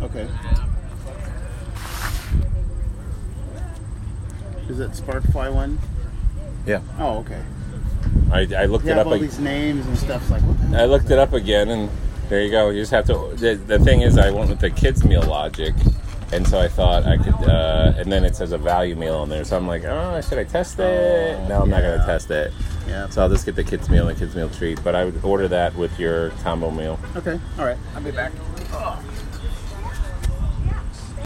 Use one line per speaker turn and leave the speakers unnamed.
Okay. Is it Sparkfly one?
Yeah.
Oh, okay.
I, I looked
They
it
have
up.
all
ag-
these names and stuff. It's like, what the hell?
I looked it up again, and there you go. You just have to. The, the thing is, I went with the kids' meal logic, and so I thought I could. Uh, and then it says a value meal on there, so I'm like, oh, should I test it? No, I'm not
Oh,
gonna
Yeah.
test it.
Yeah.
So I'll just get the kids' meal and kids' meal treat. But I would order that with your combo meal.
Okay. All right.
I'll be back.